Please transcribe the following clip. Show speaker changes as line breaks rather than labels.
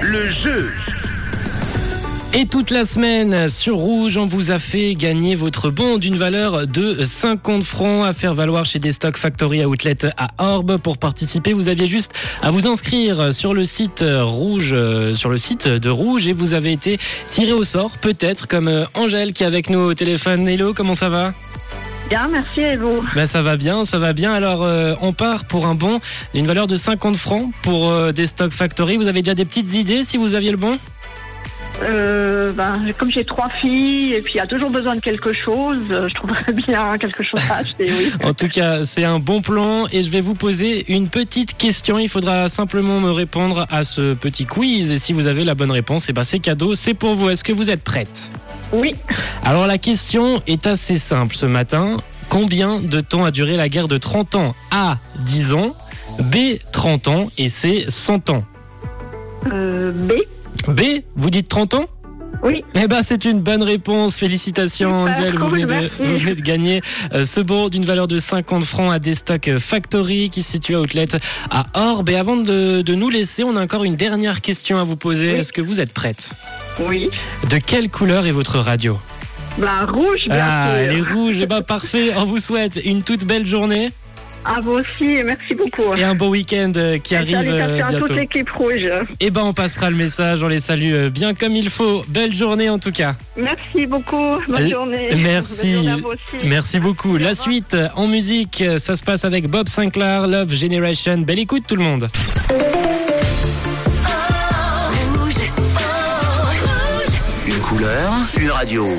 Le jeu.
Et toute la semaine, sur Rouge, on vous a fait gagner votre bon d'une valeur de 50 francs à faire valoir chez des stocks Factory Outlet à Orbe. Pour participer, vous aviez juste à vous inscrire sur le site Rouge, euh, sur le site de Rouge et vous avez été tiré au sort, peut-être comme euh, Angèle qui est avec nous au téléphone. Hello, comment ça va
Bien, merci et vous
Bah ça va bien, ça va bien. Alors euh, on part pour un bon d'une valeur de 50 francs pour euh, des stocks Factory. Vous avez déjà des petites idées si vous aviez le bon
euh, ben, Comme j'ai trois filles et puis il y a toujours besoin de quelque chose, euh, je trouverais bien quelque chose à acheter, oui.
En tout cas, c'est un bon plan et je vais vous poser une petite question. Il faudra simplement me répondre à ce petit quiz et si vous avez la bonne réponse, et ben c'est cadeau, c'est pour vous. Est-ce que vous êtes prête
Oui,
Alors la question est assez simple ce matin. Combien de temps a duré la guerre de 30 ans A 10 ans, B 30 ans et C 100 ans.
euh, B,
B, vous dites 30 ans
oui.
Eh ben, c'est une bonne réponse. Félicitations,
Super,
Angel. Vous venez de,
merci.
vous venez de gagner euh, ce bon d'une valeur de 50 francs à Destock Factory qui se situe à Outlet à Orbe. Et avant de, de nous laisser, on a encore une dernière question à vous poser.
Oui.
Est-ce que vous êtes prête
Oui.
De quelle couleur est votre radio
Ben, rouge, bien
Ah,
sûr.
elle est rouge. Eh ben, parfait. On vous souhaite une toute belle journée
À vous aussi, et merci beaucoup.
et un beau week-end euh, qui
Et
arrive euh,
salutations à toute
bientôt.
l'équipe rouge.
Eh ben, on passera le message. On les salue euh, bien comme il faut. Belle journée en tout cas.
Merci beaucoup,
Euh,
bonne journée.
merci.
Bonne journée à vous aussi.
Merci beaucoup.
Au
La
revoir.
suite euh, en musique, euh, ça se passe avec Bob Sinclair, Love Generation. Belle écoute tout le monde.
Une couleur, une radio.